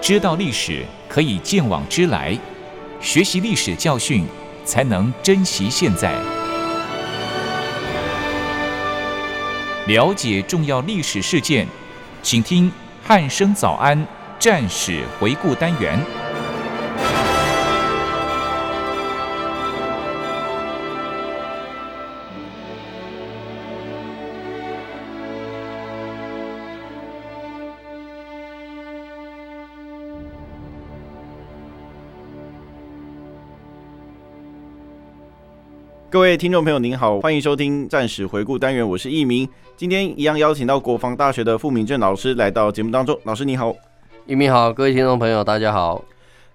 知道历史可以鉴往知来，学习历史教训，才能珍惜现在。了解重要历史事件，请听《汉声早安战史回顾》单元。各位听众朋友，您好，欢迎收听战史回顾单元，我是易明。今天一样邀请到国防大学的傅明正老师来到节目当中。老师你好，一鸣好，各位听众朋友，大家好。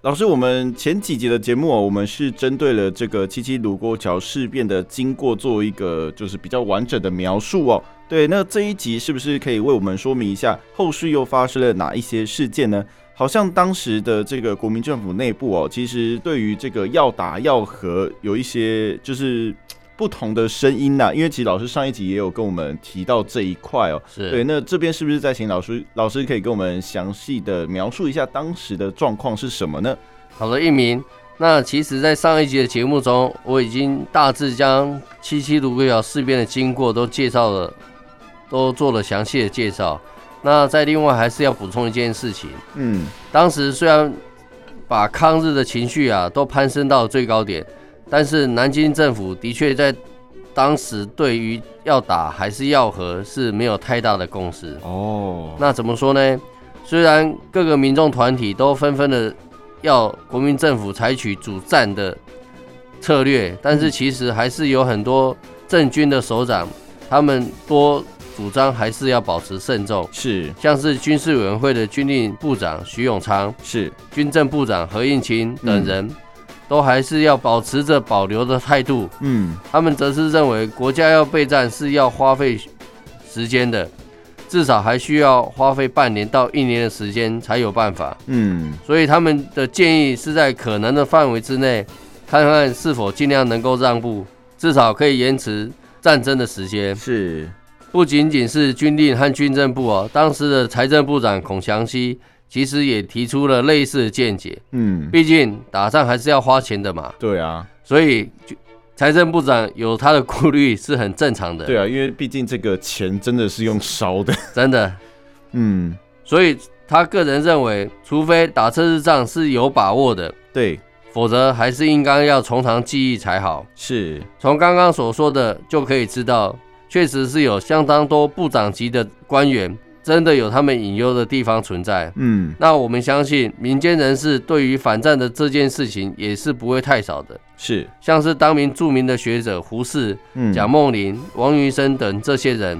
老师，我们前几集的节目哦，我们是针对了这个七七卢沟桥事变的经过做一个就是比较完整的描述哦。对，那这一集是不是可以为我们说明一下后续又发生了哪一些事件呢？好像当时的这个国民政府内部哦，其实对于这个要打要和有一些就是不同的声音呐、因为其实老师上一集也有跟我们提到这一块哦。是对，那这边是不是再请老师老师可以跟我们详细的描述一下当时的状况是什么呢？好的，一鸣。那其实，在上一集的节目中，我已经大致将七七卢沟桥事变的经过都介绍了，都做了详细的介绍。那在另外还是要补充一件事情，嗯，当时虽然把抗日的情绪啊都攀升到最高点，但是南京政府的确在当时对于要打还是要和是没有太大的共识。哦，那怎么说呢？虽然各个民众团体都纷纷的要国民政府采取主战的策略，但是其实还是有很多政军的首长，他们多主张还是要保持慎重。是像是军事委员会的军令部长徐永昌、是，军政部长何应钦等人，都还是要保持着保留的态度。嗯，他们则是认为国家要备战是要花费时间的，至少还需要花费半年到一年的时间才有办法。嗯，所以他们的建议是在可能的范围之内，看看是否尽量能够让步，至少可以延迟战争的时间。是，不仅仅是军令和军政部哦，当时的财政部长孔祥熙其实也提出了类似的见解。嗯，毕竟打仗还是要花钱的嘛，对啊，所以就财政部长有他的顾虑是很正常的，对啊，因为毕竟这个钱真的是用烧的，真的。嗯，所以他个人认为，除非打这次仗是有把握的，对，否则还是应该要从长计议才好。是，从刚刚所说的就可以知道，确实是有相当多部长级的官员真的有他们隐忧的地方存在。嗯，那我们相信民间人士对于反战的这件事情也是不会太少的，是，像是当年著名的学者胡适嗯，蒋梦麟、王云生等这些人，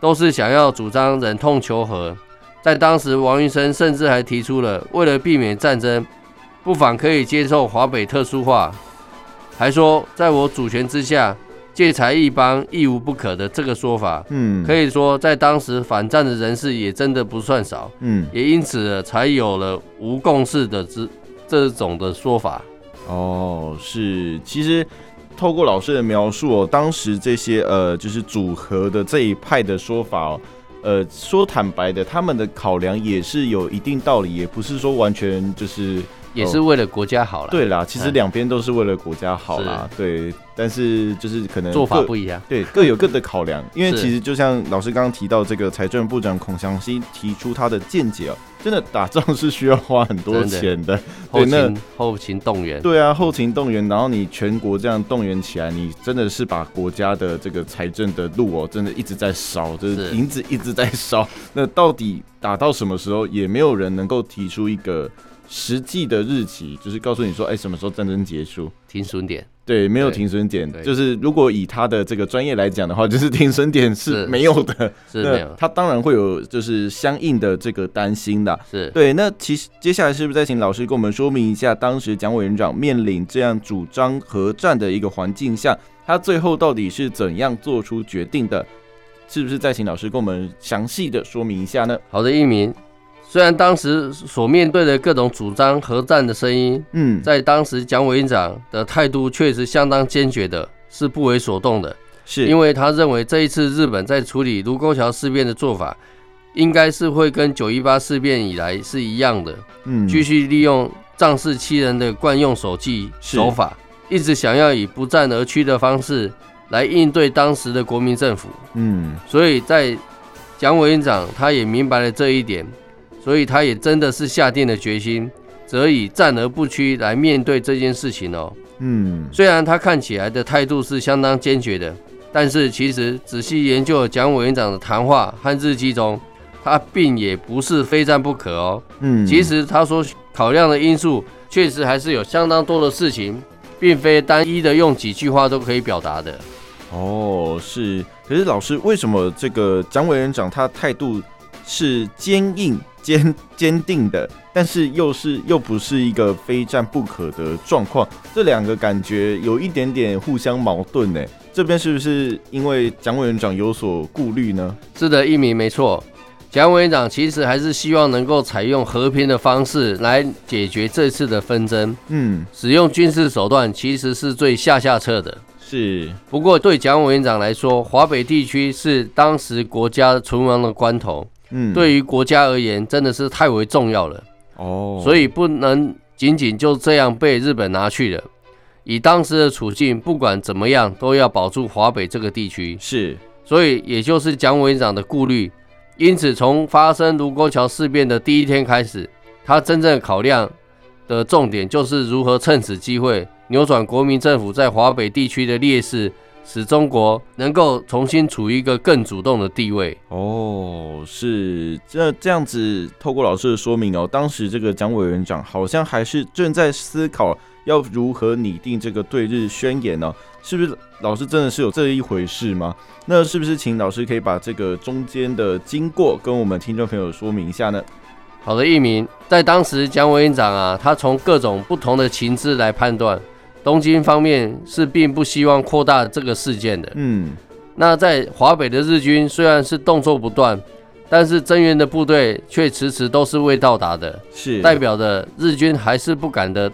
都是想要主张忍痛求和。在当时，王云生甚至还提出了，为了避免战争，不妨可以接受华北特殊化，还说在我主权之下，借财一帮一无不可的这个说法，嗯，可以，以说在当时反战的人士也真的不算少，嗯，也因此才有了无共识的这这种的说法。哦，是，其实透过老师的描述哦，当时这些呃，就是组合的这一派的说法哦，呃，说坦白的，他们的考量也是有一定道理，也不是说完全就是也是为了国家好了，哦对啦，其实嗯两边都是为了国家好啦，对，但是就是可能做法各不一样，对，各有各的考量。因为是其实就像老师刚刚提到，这个财政部长孔祥熙提出他的见解哦，真的打仗是需要花很多真的钱的。后对那勤后勤动员。对啊，后勤动员，然后你全国这样动员起来，你真的是把国家的这个财政的路哦，真的一直在烧，就是是银子一直在烧。那到底打到什么时候，也没有人能够提出一个实际的日期，就是告诉你说，哎，什么时候战争结束？停损点，对，没有对停损点，对就是如果以他的这个专业来讲的话， 就是停损点是是没有的。是那没有，他当然会有就是相应的这个担心的。是对，那其实接下来是不是再请老师跟我们说明一下，当时蒋委员长面临这样主张核战的一个环境下，他最后到底是怎样做出决定的？是不是再请老师跟我们详细的说明一下呢？好的一名。虽然当时所面对的各种主张核战的声音，嗯，在当时蒋委员长的态度确实相当坚决的，是不为所动的，是因为为他认为这一次日本在处理卢沟桥事变的做法，应该是会跟九一八事变以来是一样的，嗯，继续利用仗势欺人的惯用手计是手法，一直想要以不战而屈的方式来应对当时的国民政府。嗯，所以在蒋委员长他也明白了这一点，所以他也真的是下定了决心，则以战而不屈来面对这件事情哦。嗯，虽然他看起来的态度是相当坚决的，但是其实仔细研究蒋委员长的谈话和日记中，他并也不是非战不可哦。嗯，其实他所考量的因素，确实还是有相当多的事情，并非单一的用几句话都可以表达的。哦，是。可是老师，为什么这个蒋委员长他态度是坚硬、坚坚定的，但是又是又不是一个非战不可的状况？这两个感觉有一点点互相矛盾呢。这边是不是因为蒋委员长有所顾虑呢？是的，一鸣没错。蒋委员长其实还是希望能够采用和平的方式来解决这次的纷争，嗯，使用军事手段其实是最下下策的。是，不过对蒋委员长来说，华北地区是当时国家存亡的关头，嗯，，对于国家而言真的是太为重要了，哦，所以，以不能仅仅就这样被日本拿去了。以当时的处境，不管怎么样都要保住华北这个地区。是，所以也就是蒋委员长的顾虑。因此，从发生卢沟桥事变的第一天开始，他真正考量的重点就是如何趁此机会扭转国民政府在华北地区的劣势，使中国能够重新处于一个更主动的地位。哦，是这这样子，透过老师的说明哦，当时这个蒋委员长好像还是正在思考要如何拟定这个对日宣言哦，是不是？老师真的是有这一回事吗？那是不是请老师可以把这个中间的经过跟我们听众朋友说明一下呢？好的，一鸣在当时蒋委员长啊，他从各种不同的情资来判断，东京方面是并不希望扩大这个事件的。嗯，那在华北的日军虽然是动作不断，但是增援的部队却迟迟都是未到达的，是代表着日军还是不敢的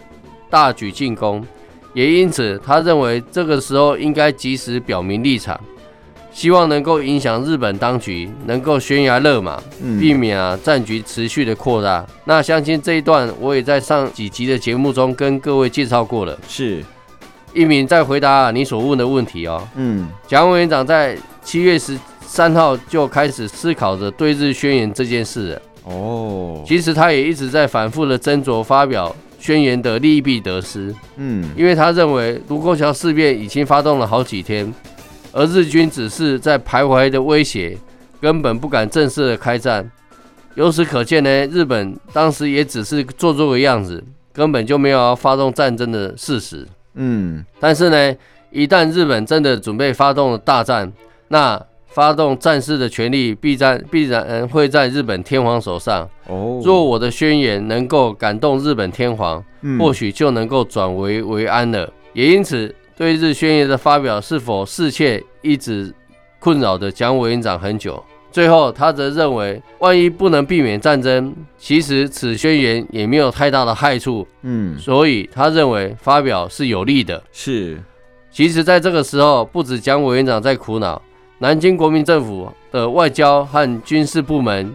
大举进攻。也因此，他认为这个时候应该及时表明立场，希望能够影响日本当局，能够悬崖勒马，避嗯，免啊战局持续的扩大。那相信这一段我也在上几集的节目中跟各位介绍过了。是，一鸣在回答、你所问的问题哦。嗯，蒋委员长在七月十三号就开始思考着对日宣言这件事了。哦，其实他也一直在反复的斟酌发表宣言的利弊得失，嗯，因为他认为卢沟桥事变已经发动了好几天，而日军只是在徘徊的威胁，根本不敢正式的开战。由此可见呢，日本当时也只是做做个样子，根本就没有要发动战争的事实。嗯，但是呢，一旦日本真的准备发动大战，那发动战事的权利必然必然会在日本天皇手上。哦，若我的宣言能够感动日本天皇，嗯或许就能够转危为安了。也因此，对日宣言的发表是否适切，一直困扰着蒋委员长很久。最后，他则认为，万一不能避免战争，其实此宣言也没有太大的害处，嗯，所以他认为发表是有利的。是，其实，在这个时候，不止蒋委员长在苦恼，南京国民政府的外交和军事部门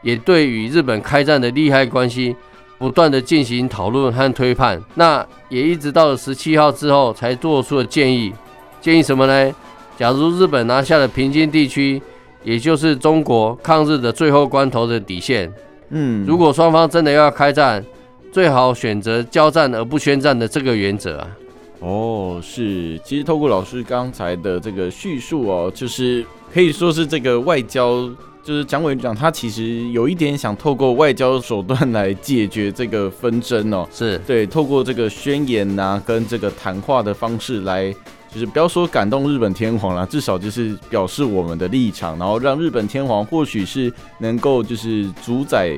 也对与日本开战的利害关系不断的进行讨论和推判。那也一直到了十七号之后，才做出了建议。建议什么呢？假如日本拿下了平津地区，也就是中国抗日的最后关头的底线，嗯，如果双方真的要开战，最好选择交战而不宣战的这个原则啊。哦，是，其实透过老师刚才的这个叙述哦，就是可以说是这个外交，就是蒋委员长他其实有一点想透过外交手段来解决这个纷争哦， 是。对，透过这个宣言呐、跟这个谈话的方式来，就是不要说感动日本天皇啦，至少就是表示我们的立场，然后让日本天皇或许是能够就是主宰，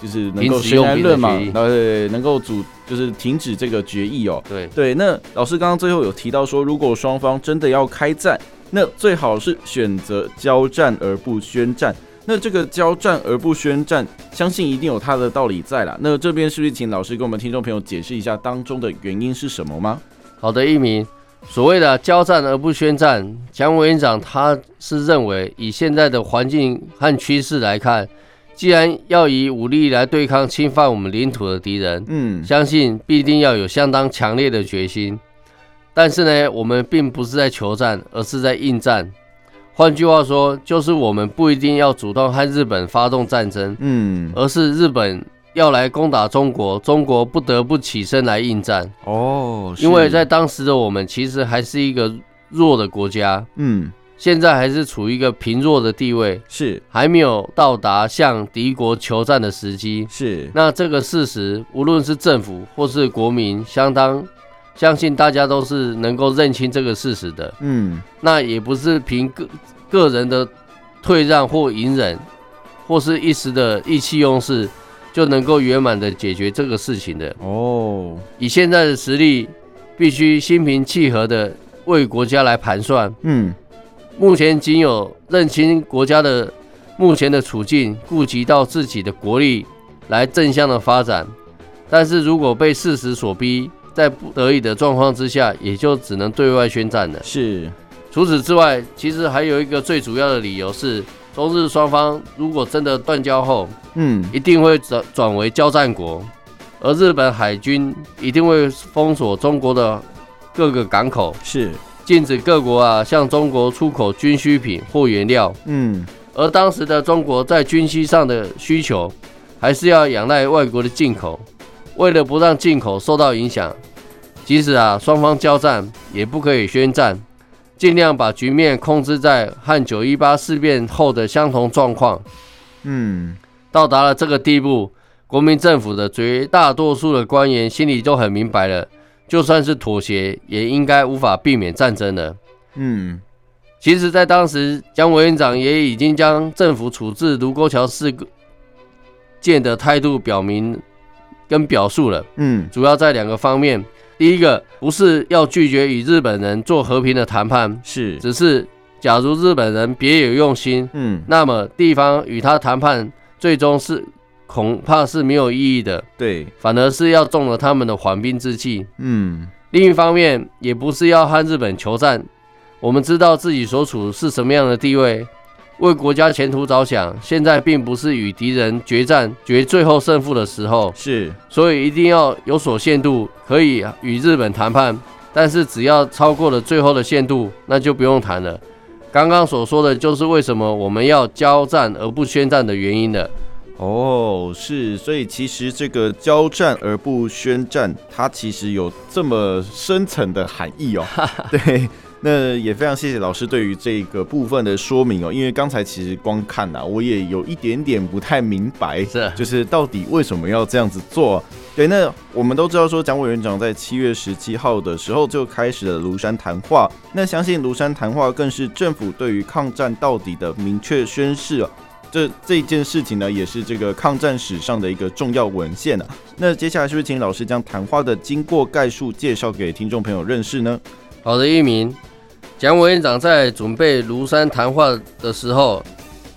就是能够停止用悬崖兵的勒马，决议然后对能够主就是停止这个决议哦。对，对，那老师刚刚最后有提到说，如果双方真的要开战，那最好是选择交战而不宣战。那这个交战而不宣战，相信一定有它的道理在啦。那这边是不是请老师跟我们听众朋友解释一下当中的原因是什么吗？好的，一鸣，所谓的交战而不宣战，蒋委员长他是认为，以现在的环境和趋势来看，既然要以武力来对抗侵犯我们领土的敌人，嗯，相信必定要有相当强烈的决心。但是呢，我们并不是在求战，而是在应战。换句话说，就是我们不一定要主动和日本发动战争，嗯，而是日本要来攻打中国，中国不得不起身来应战。哦，因为是在当时的我们，其实还是一个弱的国家，嗯现在还是处于一个贫弱的地位，是还没有到达向敌国求战的时机。是那这个事实，无论是政府或是国民，相当相信大家都是能够认清这个事实的。嗯那也不是凭个个人的退让或隐忍，或是一时的意气用事就能够圆满的解决这个事情的。哦，以现在的实力，必须心平气和的为国家来盘算。嗯目前仅有认清国家的目前的处境，顾及到自己的国力来正向的发展。但是如果被事实所逼，在不得已的状况之下，也就只能对外宣战了。是除此之外，其实还有一个最主要的理由是，中日双方如果真的断交后，嗯一定会转转为交战国，而日本海军一定会封锁中国的各个港口，是禁止各国啊向中国出口军需品或原料。嗯而当时的中国在军需上的需求，还是要仰赖外国的进口。为了不让进口受到影响，即使啊双方交战，也不可以宣战，尽量把局面控制在和九一八事变后的相同状况。嗯到达了这个地步，国民政府的绝大多数的官员心里都很明白了，就算是妥协，也应该无法避免战争了。嗯其实，在当时，蒋委员长也已经将政府处置卢沟桥事件的态度表明跟表述了，嗯主要在两个方面。第一个，不是要拒绝与日本人做和平的谈判，是只是假如日本人别有用心，嗯那么地方与他谈判，最终是恐怕是没有意义的，对反而是要中了他们的缓兵之计。嗯另一方面，也不是要和日本求战。我们知道自己所处是什么样的地位，为国家前途着想，现在并不是与敌人决战、决最后胜负的时候，是所以一定要有所限度，可以与日本谈判，但是只要超过了最后的限度，那就不用谈了。刚刚所说的就是为什么我们要交战而不宣战的原因了。哦，是，所以其实这个交战而不宣战，它其实有这么深层的含义哦。对，那也非常谢谢老师对于这个部分的说明哦，因为刚才其实光看呐、啊我也有一点点不太明白，是就是到底为什么要这样子做啊、对，那我们都知道说，蒋委员长在七月十七号的时候就开始了庐山谈话。那相信庐山谈话更是政府对于抗战到底的明确宣示、哦。这这件事情呢，也是这个抗战史上的一个重要文献呢、那接下来是不是请老师将谈话的经过概述介绍给听众朋友认识呢？好的，一鸣，蒋委员长在准备庐山谈话的时候，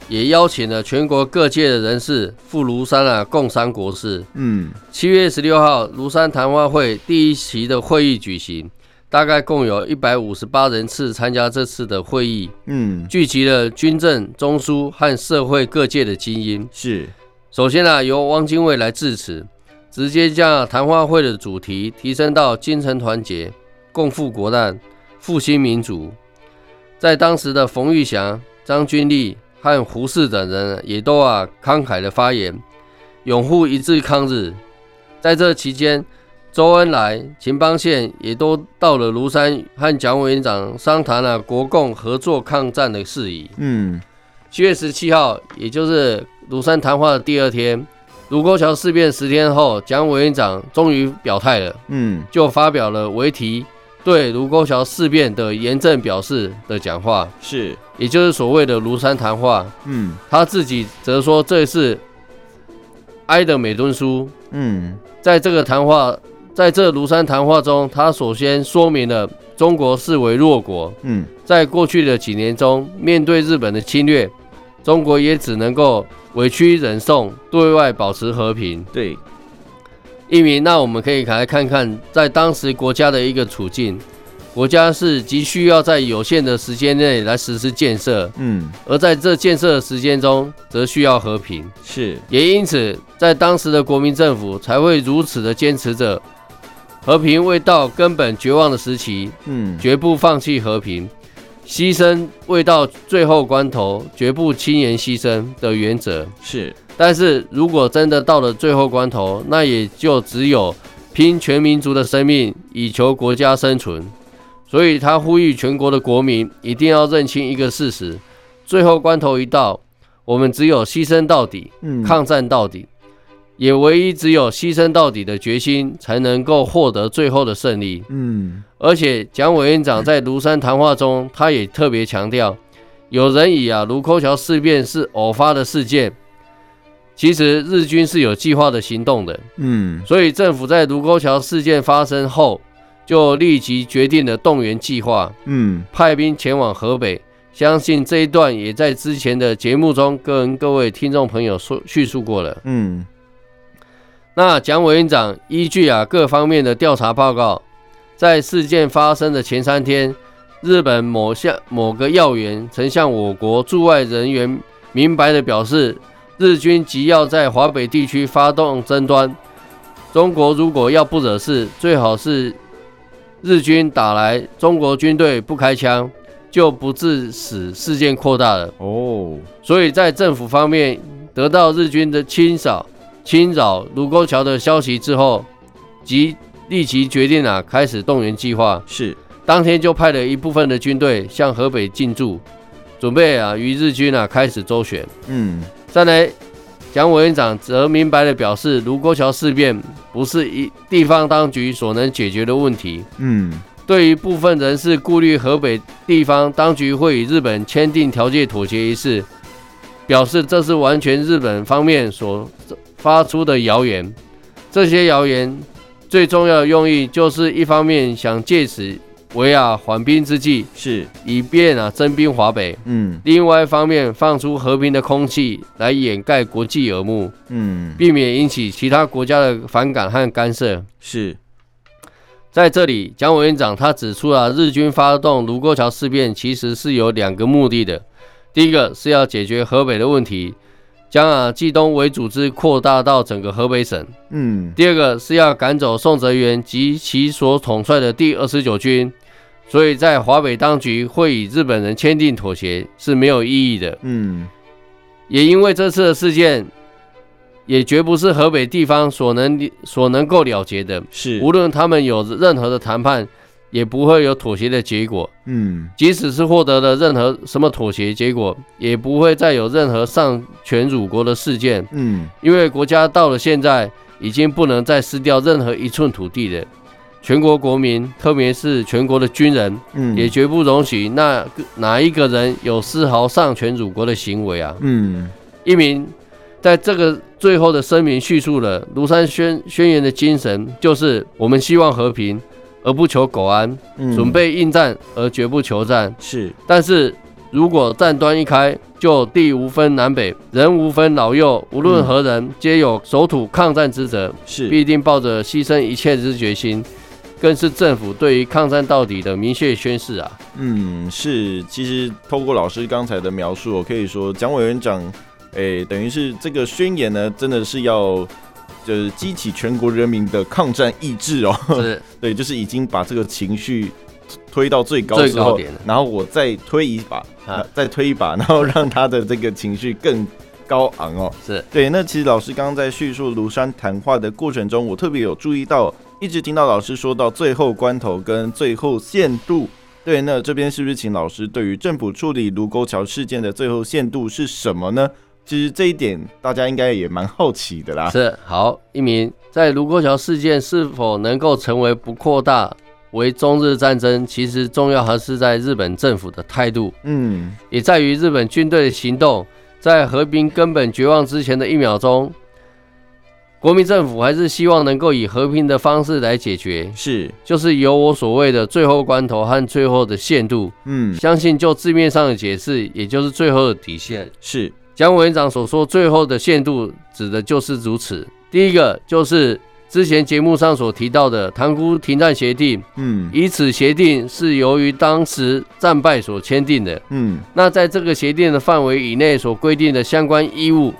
也邀请了全国各界的人士赴庐山啊共商国事。嗯，七月十六号，庐山谈话会第一期的会议举行，大概共有一百五十八人次参加这次的会议，嗯，聚集了军政、中枢和社会各界的精英。是，首先啊，由汪精卫来致辞，直接将谈话会的主题提升到精诚团结、共赴国难、复兴民主。在当时的冯玉祥、张君丽和胡适等人也都啊慷慨的发言，拥护一致抗日。在这期间，周恩来、秦邦宪也都到了庐山和蒋委员长商谈了国共合作抗战的事宜。嗯，七月十七号，也就是庐山谈话的第二天，卢沟桥事变十天后，蒋委员长终于表态了，嗯，就发表了为题对卢沟桥事变的严正表示的讲话，是，也就是所谓的庐山谈话。嗯，他自己则说这是埃德美敦书，嗯，在这个谈话，在这庐山谈话中，他首先说明了中国视为弱国，嗯，在过去的几年中，面对日本的侵略，中国也只能够委屈忍受，对外保持和平。对，一鸣，那我们可以来看看在当时国家的一个处境。国家是急需要在有限的时间内来实施建设，嗯，而在这建设的时间中，则需要和平。是，也因此，在当时的国民政府才会如此的坚持着，和平未到根本绝望的时期，嗯，绝不放弃和平，牺牲未到最后关头，绝不轻言牺牲的原则。是，但是如果真的到了最后关头，那也就只有拼全民族的生命以求国家生存。所以他呼吁全国的国民一定要认清一个事实：最后关头一到，我们只有牺牲到底，嗯，抗战到底，也唯一只有牺牲到底的决心，才能够获得最后的胜利。嗯，而且蒋委员长在庐山谈话中，他也特别强调，有人以啊卢沟桥事变是偶发的事件，其实日军是有计划的行动的，嗯，所以政府在卢沟桥事件发生后，就立即决定了动员计划，嗯，派兵前往河北。相信这一段也在之前的节目中跟各位听众朋友说叙述过了。嗯，那蒋委员长依据啊各方面的调查报告，在事件发生的前三天，日本某项某个要员曾向我国驻外人员明白的表示，日军即要在华北地区发动争端，中国如果要不惹事，最好是日军打来，中国军队不开枪，就不致使事件扩大了。哦，所以在政府方面得到日军的清扫、侵扰卢沟桥的消息之后，即立即决定啊开始动员计划。是，当天就派了一部分的军队向河北进驻，准备啊与日军啊开始周旋。嗯，再来，蒋委员长则明白的表示，卢沟桥事变不是一地方当局所能解决的问题。嗯，对于部分人士顾虑河北地方当局会与日本签订条件妥协一事，表示这是完全日本方面所发出的谣言。这些谣言最重要的用意就是一方面想借此为啊缓兵之计，是，以便啊征兵华北；嗯，另外一方面放出和平的空气来掩盖国际耳目，嗯，避免引起其他国家的反感和干涉。是，在这里，蒋委员长他指出啊，日军发动卢沟桥事变其实是有两个目的的，第一个是要解决河北的问题，将啊冀东为组织扩大到整个河北省；嗯，第二个是要赶走宋哲元及其所统帅的第二十九军，所以在华北当局会与日本人签订妥协是没有意义的。嗯，也因为这次的事件，也绝不是河北地方所能所能够了结的。是，无论他们有任何的谈判，也不会有妥协的结果。嗯，即使是获得了任何什么妥协结果，也不会再有任何丧权辱国的事件，嗯，因为国家到了现在，已经不能再失掉任何一寸土地了。全国国民，特别是全国的军人，嗯，也绝不容许那个哪一个人有丝毫丧权辱国的行为啊！嗯，一名在这个最后的声明叙述了庐山宣宣言的精神，就是我们希望和平，而不求苟安；嗯，准备应战，而绝不求战。是，但是如果战端一开，就地无分南北，人无分老幼，无论何人，皆有守土抗战之责，是，必定抱着牺牲一切之决心，更是政府对于抗战到底的明确宣誓啊！嗯，是，其实透过老师刚才的描述，我可以说蒋委员长，诶、等于是这个宣言呢，真的是要。就是激起全国人民的抗战意志哦， 是对，就是已经把这个情绪推到最高最之高后点了，然后我再推一把，啊啊、再推一把，然后让他的这个情绪更高昂哦。是，对，那其实老师刚刚在叙述庐山谈话的过程中，我特别有注意到，一直听到老师说到最后关头跟最后限度。对，那这边是不是请老师对于政府处理卢沟桥事件的最后限度是什么呢？其实这一点大家应该也蛮好奇的啦。是好一名在卢沟桥事件是否能够成为不扩大为中日战争，其实重要还是在日本政府的态度，嗯也在于日本军队的行动。在和平根本绝望之前的一秒钟，国民政府还是希望能够以和平的方式来解决，是，就是有我所谓的最后关头和最后的限度。嗯相信就字面上的解释，也就是最后的底线。是，蒋委员长所说最后的限度，指的就是如此。第一个就是之前节目上所提到的塘沽停战协定，嗯以此协定是由于当时战败所签订的。嗯那在这个协定的范围以内所规定的相关义务，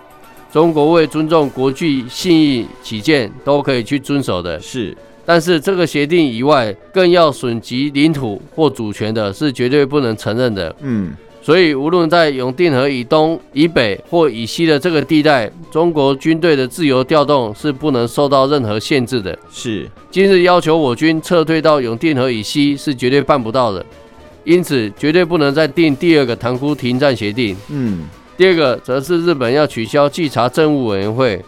中国为尊重国际信义起见，都可以去遵守的。是，但是这个协定以外，更要损及领土或主权的，是绝对不能承认的。嗯所以，无论在永定河以东、以北或以西的这个地带，中国军队的自由调动是不能受到任何限制的。是，今日要求我军撤退到永定河以西是绝对办不到的，因此绝对不能再订第二个塘沽停战协定。嗯第二个则是日本要取消稽查政务委员会，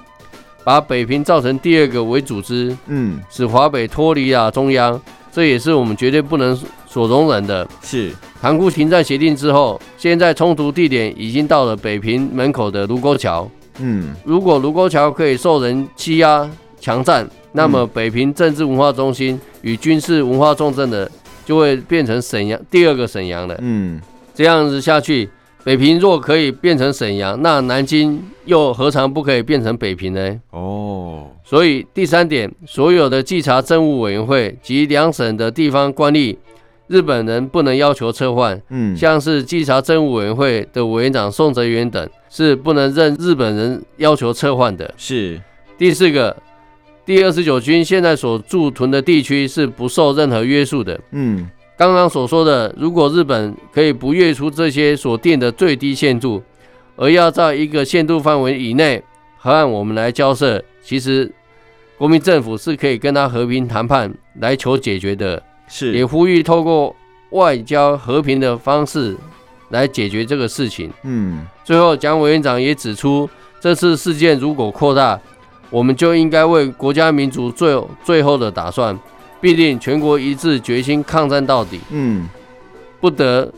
把北平造成第二个伪组织，嗯使华北脱离啊中央，这也是我们绝对不能所容忍的。是，塘沽停战协定之后，现在冲突地点已经到了北平门口的卢沟桥。嗯如果卢沟桥可以受人欺压、强占，那么北平政治文化中心与军事文化重镇的就会变成沈阳第二个沈阳了。嗯这样子下去，北平若可以变成沈阳，那南京又何尝不可以变成北平呢？哦，所以第三点，所有的稽查政务委员会及两省的地方官吏，日本人不能要求撤换，嗯像是稽查政务委员会的委员长宋哲元等，是不能任日本人要求撤换的。是，第四个，第二十九军现在所驻屯的地区是不受任何约束的。嗯刚刚所说的，如果日本可以不越出这些所定的最低限度，而要在一个限度范围以内和我们来交涉，其实国民政府是可以跟他和平谈判来求解决的，也是，呼吁透过外交和平的方式来解决这个事情。嗯最后，蒋委员长也指出，这次事件如果扩大，我们就应该为国家民族做最后的打算，必定全国一致决心抗战到底，嗯不得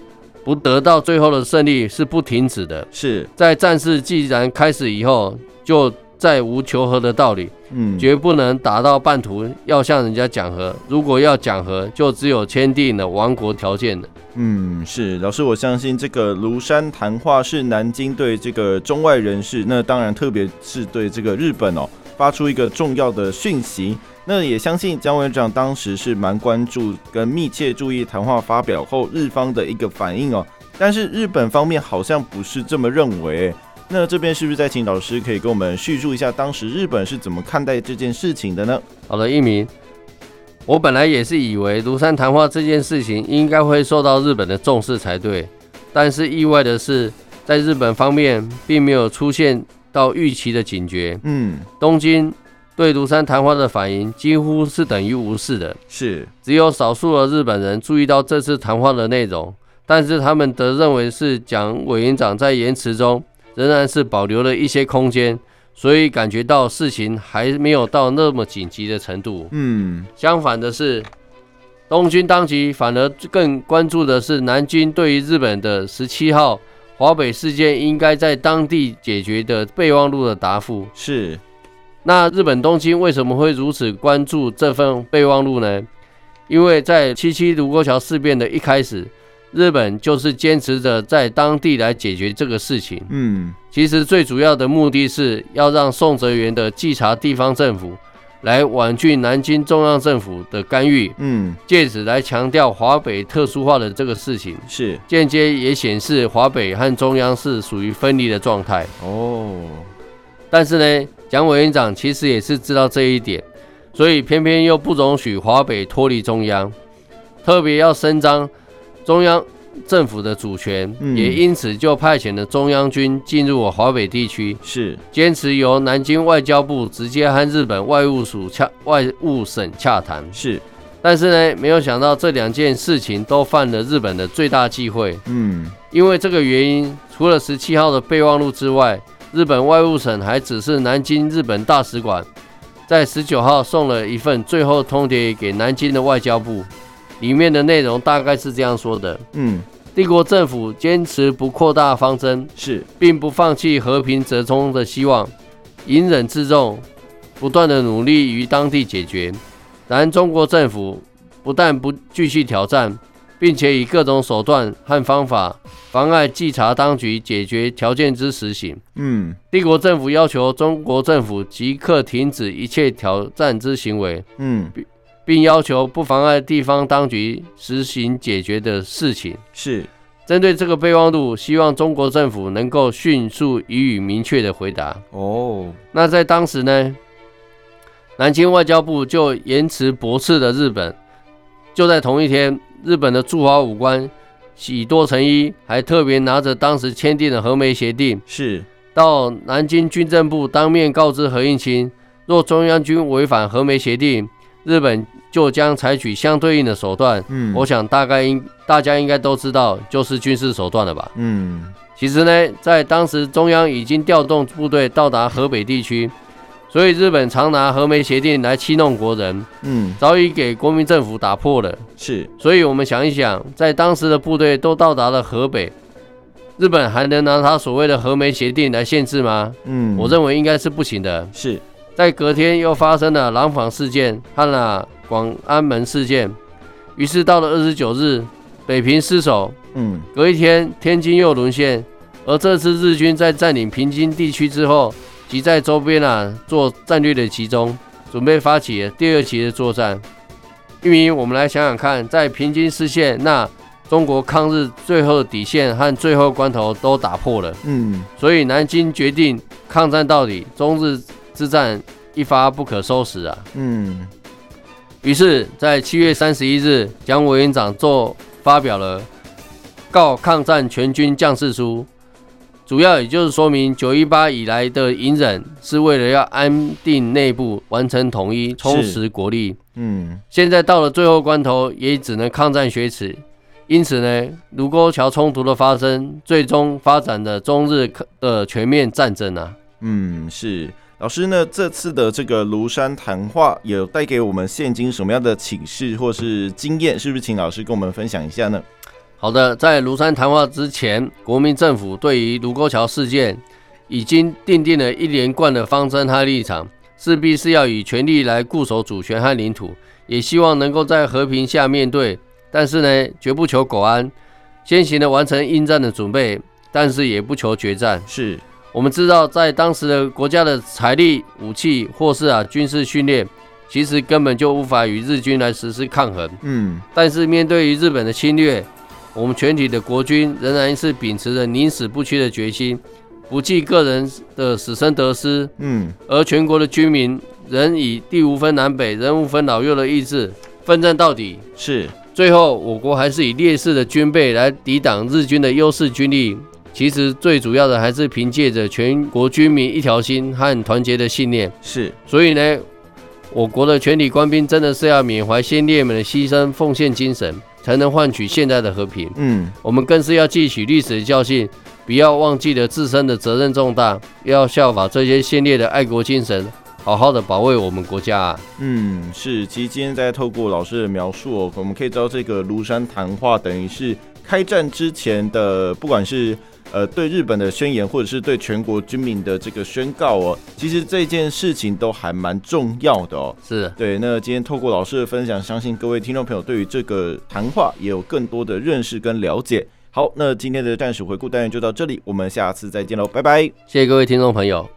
不得到最后的胜利是不停止的。是，在战事既然开始以后，就再无求和的道理，嗯绝不能打到半途要向人家讲和。如果要讲和，就只有签订了亡国条件了。嗯，是老师，我相信这个庐山谈话是南京对这个中外人士，那当然特别是对这个日本哦，发出一个重要的讯息。那也相信姜委员长当时是蛮关注跟密切注意谈话发表后日方的一个反应哦，但是日本方面好像不是这么认为。那这边是不是再请老师可以跟我们叙述一下当时日本是怎么看待这件事情的呢？好的，一鸣，我本来也是以为庐山谈话这件事情应该会受到日本的重视才对，但是意外的是，在日本方面并没有出现到预期的警觉，嗯，东京对庐山谈话的反应几乎是等于无视的，是，只有少数的日本人注意到这次谈话的内容，但是他们则认为是蒋委员长在言辞中仍然是保留了一些空间，所以感觉到事情还没有到那么紧急的程度。嗯，相反的是，东军当局反而更关注的是南军对于日本的十七号华北事件应该在当地解决的备忘录的答复。是，那日本东京为什么会如此关注这份备忘录呢？因为在七七卢沟桥事变的一开始，日本就是坚持着在当地来解决这个事情。嗯，其实最主要的目的是要让宋哲元的稽查地方政府来婉拒南京中央政府的干预，嗯，借此来强调华北特殊化的这个事情。是，间接也显示华北和中央是属于分离的状态。哦。但是呢，蒋委员长其实也是知道这一点，所以偏偏又不容许华北脱离中央，特别要伸张中央政府的主权，嗯也因此就派遣了中央军进入我华北地区。是，坚持由南京外交部直接和日本外务署洽外务省洽谈，是，但是呢，没有想到这两件事情都犯了日本的最大忌讳。嗯，因为这个原因，除了十七号的备忘录之外，日本外务省还指示南京日本大使馆在十九号送了一份最后通牒给南京的外交部，里面的内容大概是这样说的：嗯，帝国政府坚持不扩大方针，是，并不放弃和平折冲的希望，隐忍自重，不断的努力于当地解决。然中国政府不但不继续挑战，并且以各种手段和方法妨碍稽查当局解决条件之实行。嗯，帝国政府要求中国政府即刻停止一切挑战之行为，嗯，并要求不妨碍地方当局实行解决的事情。是，针对这个备忘录，希望中国政府能够迅速予以明确的回答。哦，那在当时呢，南京外交部就言辞驳斥的日本，就在同一天，日本的驻华武官喜多诚一还特别拿着当时签订的和梅协定，是，到南京军政部当面告知何应钦，若中央军违反和梅协定，日本就将采取相对应的手段。嗯，我想大概应大家应该都知道，就是军事手段了吧。嗯，其实呢，在当时中央已经调动部队到达河北地区，所以日本常拿和梅协定来欺弄国人，嗯，早已给国民政府打破了。是，所以我们想一想，在当时的部队都到达了河北，日本还能拿他所谓的和梅协定来限制吗？嗯，我认为应该是不行的。是，在隔天又发生了廊坊事件和了广安门事件，于是到了二十九日，北平失守，嗯，隔一天，天津又沦陷，而这次日军在占领平津地区之后，即在周边啊做战略的集中，准备发起第二期的作战。一鸣，我们来想想看，在平津失陷，那中国抗日最后的底线和最后关头都打破了，嗯，所以南京决定抗战到底，中日之战一发不可收拾啊！嗯，于是，在七月三十一日，蒋委员长就发表了《告抗战全军将士书》，主要也就是说明九一八以来的隐忍是为了要安定内部、完成统一、充实国力。嗯，现在到了最后关头，也只能抗战雪耻。因此呢，卢沟桥冲突的发生，最终发展的中日的全面战争啊。嗯，是。老师呢，这次的这个庐山谈话有带给我们现今什么样的启示或是经验？是不是请老师跟我们分享一下呢？好的，在庐山谈话之前，国民政府对于卢沟桥事件已经奠定了一连贯的方针和立场，势必是要以全力来固守主权和领土，也希望能够在和平下面对。但是呢，绝不求苟安，先行的完成应战的准备，但是也不求决战。是，我们知道，在当时的国家的财力、武器或是啊军事训练，其实根本就无法与日军来实施抗衡。嗯，但是面对于日本的侵略，我们全体的国军仍然是秉持着宁死不屈的决心，不计个人的死生得失，嗯，而全国的居民仍以地无分南北、人无分老幼的意志奋战到底。是，最后，我国还是以劣势的军备来抵挡日军的优势军力。其实最主要的还是凭借着全国军民一条心和团结的信念。是，所以呢，我国的全体官兵真的是要缅怀先烈们的牺牲奉献精神，才能换取现在的和平。嗯，我们更是要汲取历史的教训，不要忘记了自身的责任重大，要效法这些先烈的爱国精神，好好的保卫我们国家、啊。嗯，是。其实今天在透过老师的描述、哦，我们可以知道这个庐山谈话等于是开战之前的，不管是呃对日本的宣言，或者是对全国军民的这个宣告哦，其实这件事情都还蛮重要的哦。是，对，那今天透过老师的分享，相信各位听众朋友对于这个谈话也有更多的认识跟了解。好，那今天的战术回顾单元就到这里，我们下次再见喽，拜拜。谢谢各位听众朋友。